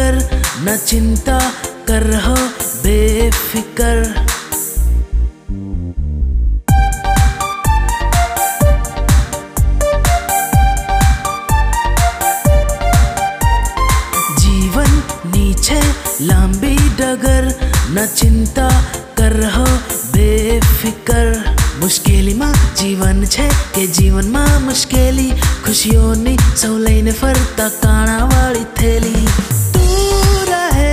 न चिंता कर रहो बेफिकर जीवन नीचे लांबी डगर न चिंता कर रहो बेफिकर મુશ્કેલીમાં જીવન છે કે જીવનમાં મુશ્કેલી ખુશીઓની સૌ લઈને ફરતા કાણાવાળી થેલી તું રહે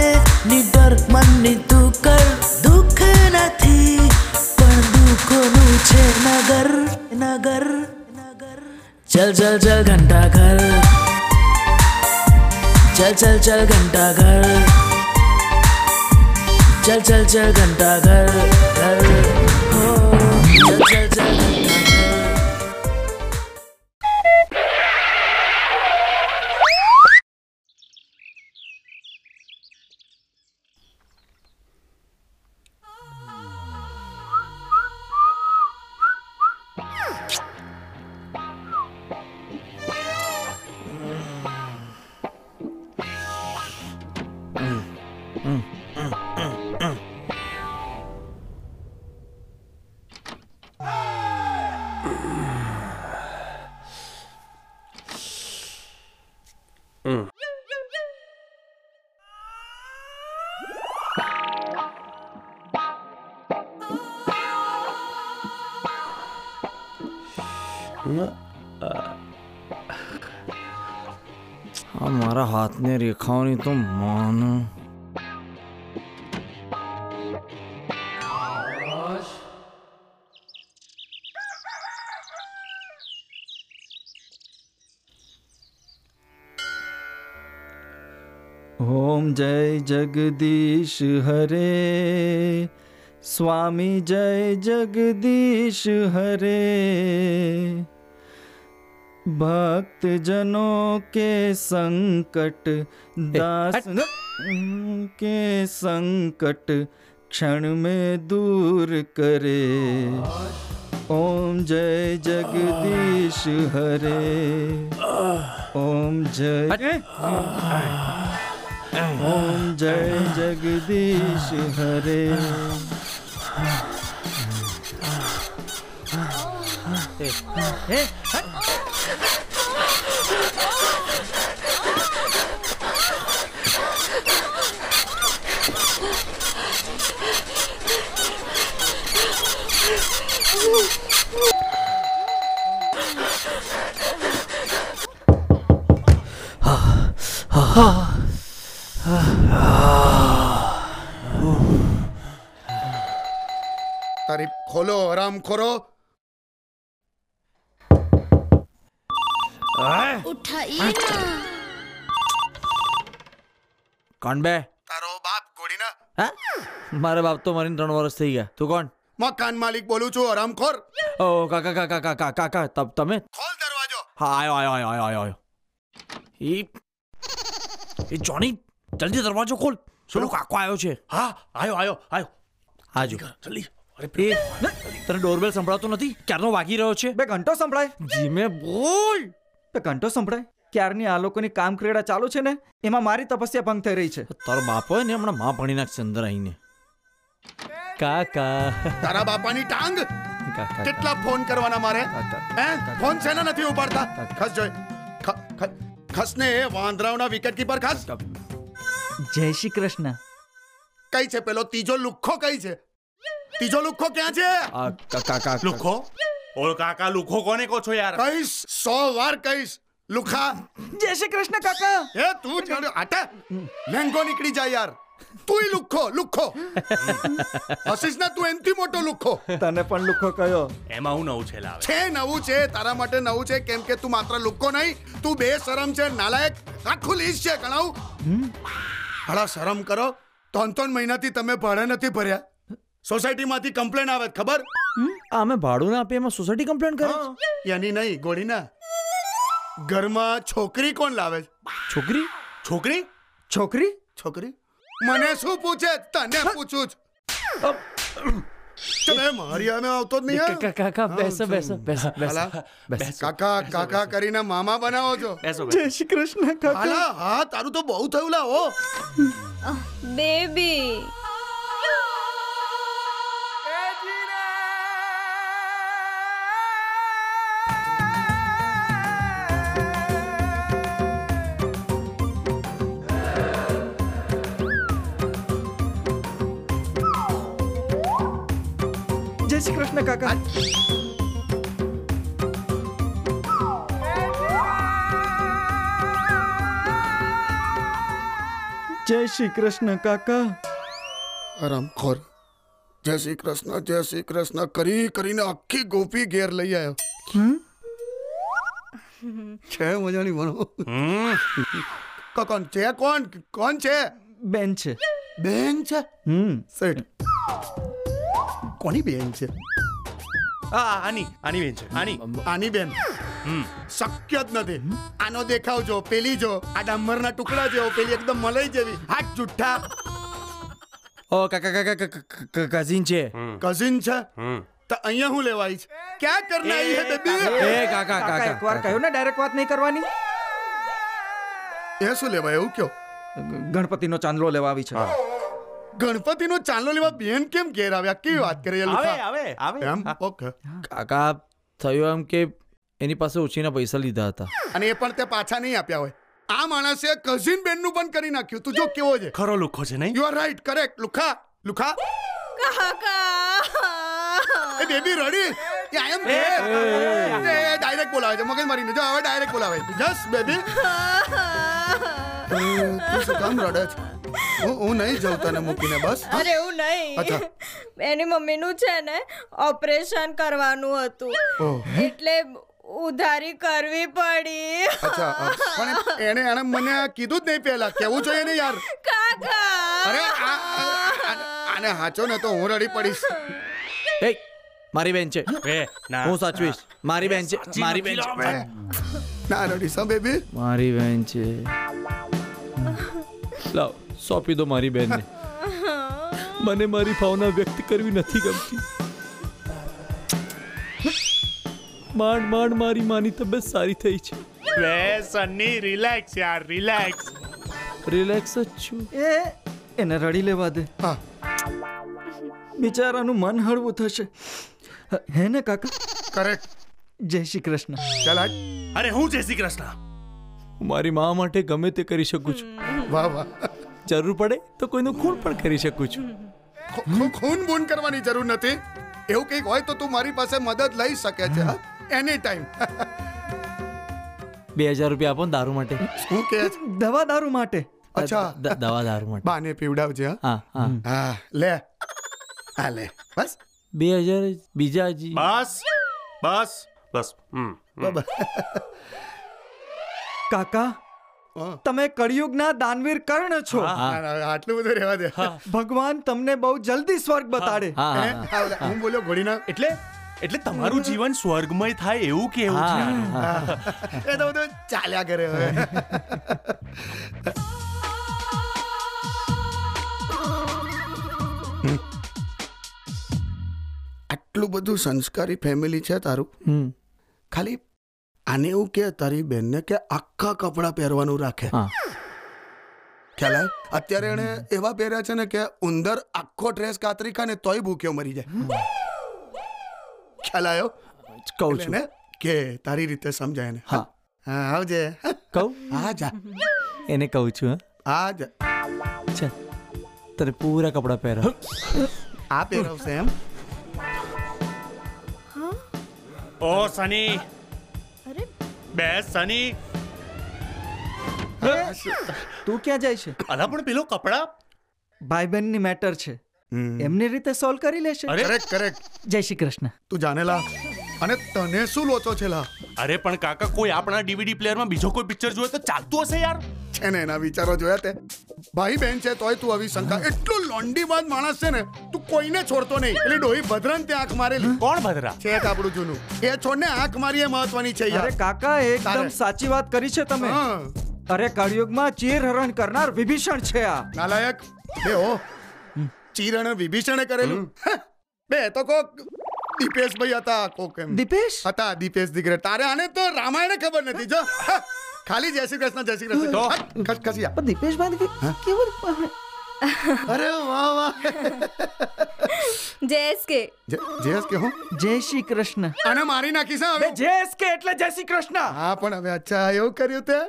નિડર મનની તું કર દુઃખ નથી પણ દુઃખોનું છે નગર નગર નગર ચલ ચલ ચલ ઘંટા ઘર चल चल चल घंटा घर चल चल चल घंटा घर घर हो चल चल चल घंटाघर। આ મારા હાથને રેખાઓની તો માન ઓમ જય જગદીશ હરે સ્વામી જય જગદીશ હરે ભક્તજનો કે સંકટ દાસ के संकट क्षण में दूर करे ओम जय जगदीश हरे ओम जय ओम जय जगदीश हरे તારી ખોલો આરામ ખોરો ઉઠાઈ ના કોણ બે તારો બાપ ગોળીના હા મારા બાપ તો મરીને ત્રણ વર્ષ થઈ ગયા તું કોણ મકાન માલિક બોલું છું આરામખોર ઓ કાકા કાકા કાકા કાકા તબ તમે ખોલ દરવાજો હા આયો આયો આયો આયો આયો એ એ જોની જલ્દી દરવાજો ખોલ પેલો કાકો આવ્યો છે હા આયો આયો આયો હાજો જલ્દી અરે એ ના, તને ડોરબેલ સંભળાતો નથી ક્યારનો વાગી રહ્યો છે બે ઘંટો સંભળાય ધીમે બોલ બે ઘંટો સંભળાય ક્યારની આ લોકોની કામક્રીડા ચાલુ છે ને એમાં મારી તપસ્યા ભંગ થઈ રહી છે તારો બાપ હોય ને હમણાં માં ભણી નાખશે અંદર આવીને કાકા તારા બાપાની ટાંગ કાકા કેટલા ફોન કરવાના મારે હે ફોન શેના નથી ઉપાડતા ખસ જોઈ ખ- ખ- ખસને એ વાંદરાઓના વિકેટ કીપર ખસ જય શ્રી કૃષ્ણ કઈ છે પેલો ત્રીજો લુખ્ખો કઈ છે ત્રીજો લુખ્ખો ક્યાં છે આ કાકા કાકા લુખો ઓલો કાકા લુખો કોને કહો છો યાર કહીશ સો વાર કહીશ લુખા જય શ્રી કૃષ્ણ કાકા એ તું જાણે આટા લેંગો નીકળી જાય યાર તુંય લુખ્ખો લુખ્ખો હસીશ ને તું એનથી મોટો લુખ્ખો તને પણ લુખો કયો એમાં હું નવું છે લાવે છે નવું છે તારા માટે નવું છે કેમ કે તું માત્ર લુક્કો નહીં તું બે શરમ છે નાલાયક આખું લીસ છે ગણાવું હળા શરમ કરો ત્રણ ત્રણ મહિનાથી તમે ભાડા નથી ભર્યા સોસાયટીમાંથી કમ્પ્લેન આવે છે, ખબર આ અમે ભાડું ના આપીએ એમાં સોસાયટી કમ્પ્લેન કરે છે? એની નહીં ગોળીના ઘરમાં છોકરી કોણ લાવે છે? છોકરી છોકરી છોકરી છોકરી મને શું પૂછે તને પૂછું છું ચલે મારી આમે આવતો જ નહીં કા- હા? કા- કાકા બેસો બેસો બેસો બેસો હાલા. બેસો કાકા કાકા કરીને મામા બનાવો છો બેસો જય શ્રી કૃષ્ણ કાકા હાલા હા તારું તો બહુ થયું લા ઓ બેબી જય શ્રી કૃષ્ણ કાકા જય શ્રી કૃષ્ણ કાકા આરામખોર જય શ્રી કૃષ્ણ જય શ્રી કૃષ્ણ કરી કરીને આખી ગોપી ઘેર લઈ આવ્યો છે મજાની બનો કાકા છે કોણ કોણ છે બેન છે બેન છે હમ સેટ કોની બેન છે હા આની આની બેન છે આની આની બેન શક્ય જ નથી આનો દેખાવ જો પેલી જો આ ડામરના ટુકડા જેવો પેલી એકદમ મલાઈ જેવી હાથ જુઠ્ઠા ઓ કાકા કાકા કાકા- કાકા કઝિન છે કઝિન છે હમ. તો અહીંયા હું લેવાય છે ક્યાં કરના આવી હે બેબી એ કાકા કાકા એકવાર કાકા કહ્યું ને ડાયરેક્ટ વાત નહીં કરવાની એ શું લેવાય એવું કયો ગણપતિનો ચાંદલો લેવા આવી છે ગણપતિનો ચાંદલો લેવા બેન કેમ ઘેર આવ્યા કેવી વાત કરી એ આવે લુખા આવે આવે એમ ઓકે કાકા થયું એમ કે એની પાસે ઉછીના પૈસા લીધા હતા અને એ પણ તે પાછા નહીં આપ્યા હોય આ માણસે કઝિન બેનનું પણ કરી નાખ્યું તું જો કેવો છે ખરો લુખો છે નહીં યુ આર રાઈટ કરેક્ટ લુખા લુખા કાકા એ બેબી રડી એ આઈ એમ ડાયરેક્ટ બોલાવે છે મગજ મારીને જો હવે ડાયરેક્ટ બોલાવે જસ બેબી તું શું કામ રડે છે હું હું નહીં જઉં તને મૂકીને બસ અરે એવું અચ્છા. નહીં એની મમ્મીનું છે ને ઓપરેશન કરવાનું હતું ઓહ. એટલે ઉધારી કરવી પડી અચ્છા અ, પણ એને એને મને કીધું જ નહીં પહેલા કેવું જોઈએ ને યાર કાકા અરે આ- આ- આ- આને હાચો ને તો હું રડી પડીશ એ મારી બેન છે એ ના હું સાચવીશ મારી બેન છે મારી બેન છે ના રડીશ હા બેબી મારી બેન છે લાવ સોંપી દો મારી બેનને મને મારી ભાવના વ્યક્ત કરવી નથી ગમતી માંડ માંડ મારી માની તબિયત સારી થઈ છે બે સન્ની રિલેક્સ યાર રિલેક્સ રિલેક્સ જ છું એ એને રડી લેવા દે હા બિચારાનું મન હળવું થશે હે ને કાકા કરેક્ટ જય શ્રી કૃષ્ણ ચાલ હાટ. અરે હું જય શ્રી કૃષ્ણ હું મારી મા માટે ગમે તે કરી શકું છું વાહ વાહ જરૂર પડે તો કોઈનું ખૂન પણ કરી શકું છું ખૂ- ખૂ- ખૂન બૂન કરવાની જરૂર નથી એવું કંઈક હોય તો તું મારી પાસે મદદ લઈ શકે છે એની ટાઈમ બે હજાર રૂપિયા આપો ને દારૂ માટે શું કે છે? દવા દારૂ માટે અચ્છા દ- દવા દારૂ માટે બાને પીવડાવજે હા હા હા હા લે હા લે બસ બે હજાર જ બીજા હજી બસ બસ બસ હમ બસ કાકા હા. તમે કળિયુગના દાનવીર કર્ણ છો ના, ના, આટલું બધું રહેવા દે ભગવાન તમને બહુ જલ્દી સ્વર્ગ બતાડે હા હે? હા હા, ઓલા, હું બોલ્યો ઘોડીના એટલે એટલે તમારું જીવન સ્વર્ગમય થાય એવું કેવું છે હા, આનું? હા એ તો બધું ચાલ્યા કરે હવે આટલું બધું સંસ્કારી ફેમિલી છે તારું હમ ખાલી આને એવું કે તારી બેનને કે આખા કપડાં પહેરવાનું રાખે હા. ખ્યાલ આવ્યો? અત્યારે એણે એવા પહેર્યા છે ને કે ઉંદર આખો ડ્રેસ કાતરી ખાને તોય ભૂખ્યો મરી જાય ખ્યાલ આવ્યો જ કહું છું ને કે તારી રીતે સમજાય ને હા હા આવજે કહું હા જા એને કહું છું હા આ જા ચાલ તને પૂરા કપડાં પહેરો આ પહેરવશે એમ ઓ સની અરે બે સની તું ક્યાં જાય છે અલા પણ પેલો કપડા ભાઈ બહેનની મેટર છે એમની રીતે સોલ્વ કરી લેશે અરે કરેક્ટ કરેક્ટ જય શ્રી કૃષ્ણ તું જાનેલા અને તને શું લોચો છે લા અરે પણ કાકા કોઈ આપણા ડીવીડી પ્લેયરમાં બીજો કોઈ પિક્ચર જોયે તો ચાલતું હશે યાર છે ને એના વિચારો જોયા તે ભાઈ બહેન છે તોય તું આવી શંકા એટલો લોંડીબાજ માણસ છે ને તું કોઈને છોડતો નહીં એટલે ડોહી ભદ્રન તે આંખ મારેલી કોણ ભદ્રા છે જ આપણું જૂનું એ છોડને આંખ મારી એ મહત્વની છે અરે યાર કાકા એકદમ તારે. સાચી વાત કરી છે તમે હા. અરે કળિયુગમાં ચીર હરણ કરનાર વિભીષણ છે આ નાલાયક બે હો ચીરણ વિભીષણે કરેલું બે તો કોક દીપેશભાઈ હતા કોક એમ દીપેશ હતા દીપેશ દીકરે તારે આને તો રામાયણ ખબર નથી જો હા, ખાલી જય શ્રી કૃષ્ણ જય શ્રી કૃષ્ણ તો? હા, ખસ ખસી જા. પણ દીપેશભાઈ કે- કેવું અરે વાહ વાહ જેસ કે જય- જય કે હું જય શ્રી કૃષ્ણ આને મારી નાખીશ હા, બે હવે જય કે એટલે જય શ્રી કૃષ્ણ હા પણ હવે અચ્છા એવું કર્યું તે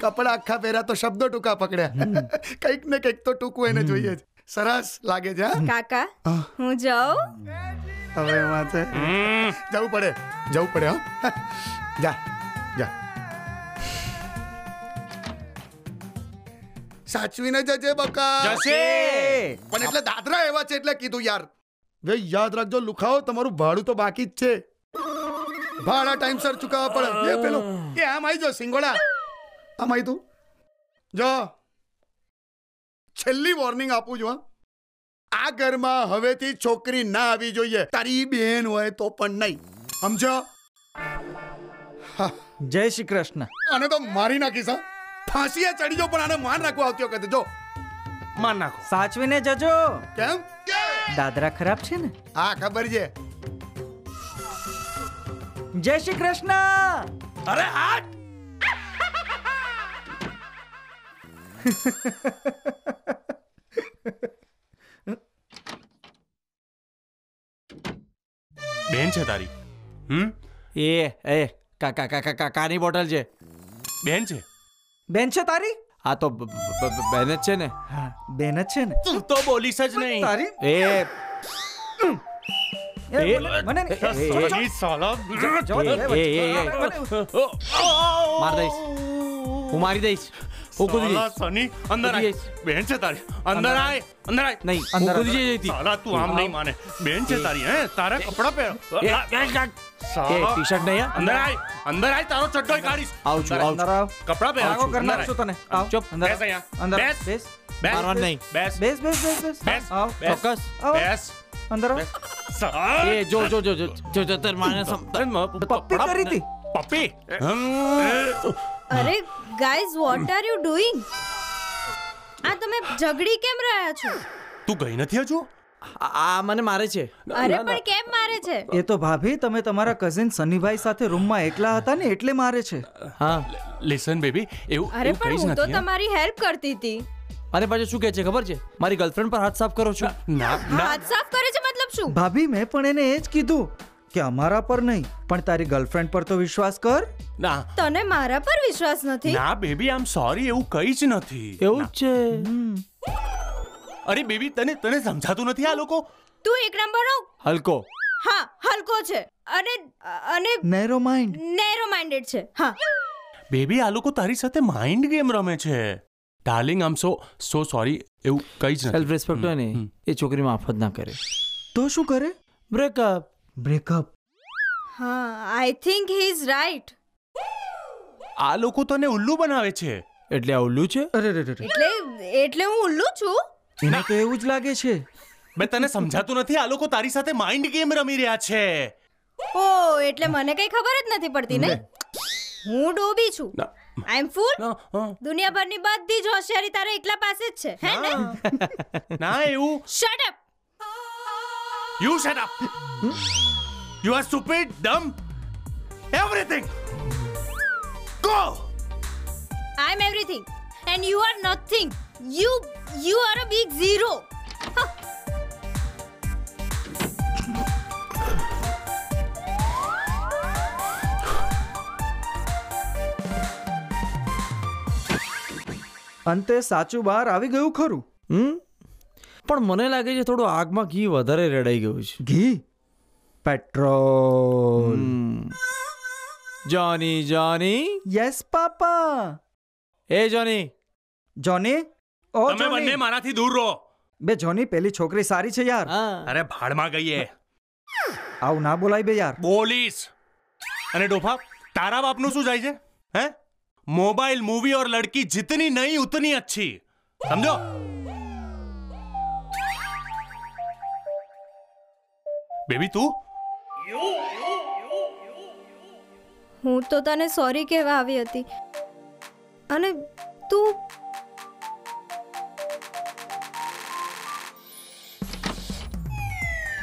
કપડા આખા પહેર્યા તો શબ્દો ટૂંકા પકડ્યા કંઈક ને કંઈક તો ટૂંકું એને જોઈએ જ સરસ લાગે છે હા? કાકા હું જાઉં હવે એમાં છે જવું પડે જવું પડે હા જા જા સાચવીને જજે બકા જશે પણ એટલે દાદરા એવા છે એટલે કીધું યાર વે યાદ રાખજો લુખાઓ તમારું ભાડું તો બાકી જ છે ભાડા ટાઈમસર ચૂકવવા પડે એ પેલો એ આમ આવી જો સિંગોડા આમ આવી તું જો છેલ્લી વોર્નિંગ આપું છું હા આ ઘરમાં હવેથી છોકરી ના આવી જોઈએ તારી બેન હોય તો પણ નહીં સમજો જય શ્રી કૃષ્ણ આને તો મારી નાખીશ હા ફાંસીએ ચડી જો પણ આને માર નાખવા આવતી વખતે જો માન નાખો સાચવીને જજો કેમ દાદરા ખરાબ છે ને હા ખબર છે જય શ્રી કૃષ્ણ અરે હાટ બેન છે તારી હમ એ એ કાકા કાકા કાકાની બોટલ છે બેન છે બેન છે તારી આ તો બ- બ- બ- બેન જ છે ને હા બેન જ છે ને તું તો બોલીશ જ નહીં તારી એ એ, મને- મને નહીં. એ- સોરી, સાલા. જવા દે, એ- એ- એ- એ- મને- માર દઈશ હું મારી દઈશ હું કૂદી સાલા, જઈશ સની, અંદર કૂદી આય. જઈશ. બેન છે તારી અંદર અંદર આય અંદર આય નહીં હું અંદર કૂદી જઈ જઈતી. સાલા તું આમ નહીં માને બેન છે તારી હે તારા કપડા એ, પહેર એ, કાક. એ સાલા. ટી-શર્ટ નહીં હા? અંદર આય અંદર આય તારો ચડ્ડોય કાઢીશ આવું છું, અંદર આય. આવું અંદર આવ. કપડાં પહેર આગો કરી અંદર આય. નાખશું તને આવ ચૂપ. અંદર બેસ આવ. અહીંયા. અંદર આવ. બેસ. બેસ બેસ. મારવાનું નહીં. બેસ બેસ બેસ બેસ બેસ બેસ. આવ બેસ. ચોક્કસ આવ બેસ અંદર આવ સાલા. એ જો જો જો જો જો જો તાર માને સમ- તારે મ- પપ્પી કરી હતી પપ્પી અરે guys what are you doing આ તમે ઝઘડી કેમ રહ્યા છો તું ગઈ નથી હજુ આ આ મને મારે છે અરે પણ કેમ મારે છે એ તો ભાભી તમે તમારા કઝિન સનીભાઈ સાથે રૂમમાં એકલા હતા ને એટલે મારે છે હા લિસન બેબી એવું અરે એવું પણ કહીશ હું તો નથી હે? તમારી હેલ્પ કરતી હતી મારે પાછું શું કહે છે ખબર છે મારી ગર્લફ્રેન્ડ પર હાથ સાફ કરો છો ના ના હાથ સાફ કરે છે મતલબ શું ભાભી મેં પણ એને એ જ કીધું કે અમારા પર નહીં પણ તારી ગર્લફ્રેન્ડ પર તો વિશ્વાસ કર ના તને મારા પર વિશ્વાસ નથી ના બેબી આમ સોરી એવું કઈ જ નથી એવું જ છે અરે બેબી તને તને સમજાતું નથી આ લોકો તું એક નંબરનો હલકો હા હલકો છે અને અને નેરો માઇન્ડ નેરો માઇન્ડેડ છે હા બેબી આ લોકો તારી સાથે માઇન્ડ ગેમ રમે છે ડાર્લિંગ આમ સો સો સોરી એવું કઈ જ નથી સેલ્ફ રિસ્પેક્ટ હોય ને એ છોકરી માફત ના કરે તો શું કરે બ્રેકઅપ બ્રેકઅપ હા I think he is right આ લોકો તને ઉલ્લુ બનાવે છે એટલે આ ઉલ્લુ છે અરે રે રે રે. એટલે એટલે હું ઉલ્લુ છું એને તો એવું જ લાગે છે બે તને સમજાતું નથી આ લોકો તારી સાથે માઇન્ડ ગેમ રમી રહ્યા છે ઓ એટલે મને કઈ ખબર જ નથી પડતી ને હું ડોબી છું ના. આઈ એમ ફૂલ ના, હા. દુનિયાભરની બધી જ હોશિયારી તારા એકલા પાસે જ છે હે ને ના એવું shut up you shut up you are stupid dumb everything go I am everything and you are nothing you you are a big zero અંતે સાચું બહાર આવી ગયું ખરું હમ પણ મને લાગે છે થોડું આગમાં ઘી વધારે રેડાઈ ગયું છે ઘી petrol Johnny Johnny yes papa એ જોની જોની ઓ તમે જોની. બંને મારાથી દૂર રહો બે જોની પેલી છોકરી સારી છે યાર હા અરે ભાડમાં ગઈએ આવું ના બોલાય બે યાર બોલીશ અને ડોફા તારા બાપનું શું જાય છે હે મોબાઈલ મૂવી ઓર લડકી જીતની નહીં ઉતની અચ્છી સમજો બેબી તું હું તો તને સોરી કહેવા આવી હતી અને તું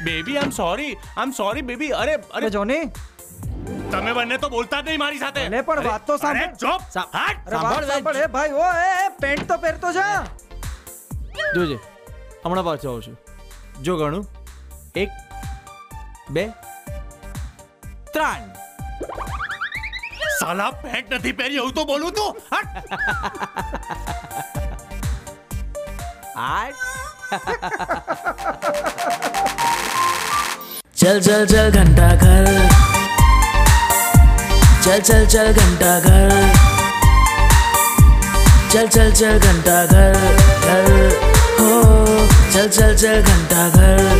baby I am sorry I am sorry baby અરે અરે અરે જોની તમે બંને તો બોલતા જ નહીં મારી સાથે અરે પણ અરે, વાત તો સાંભળ. અરે, ચૂપ! સાંભળ. હટ! અરે વાત સાંભળ, સાંભળ એ ભાઈ ઓ એ એ, પેન્ટ તો પહેરતો જા જોજે હમણાં પાછો આવશે જો ગણું એક બે ત્રણ સાલા પેન્ટ નથી પહેરી હું તો બોલું તું હટ! આઠ चल चल चल घंटा घर चल चल चल घंटा घर चल चल चल घंटा घर घर हो चल चल चल घंटा घर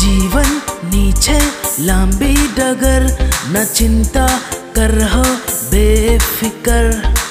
जीवन नीचे लांबी डगर न चिंता कर हो बेफिकर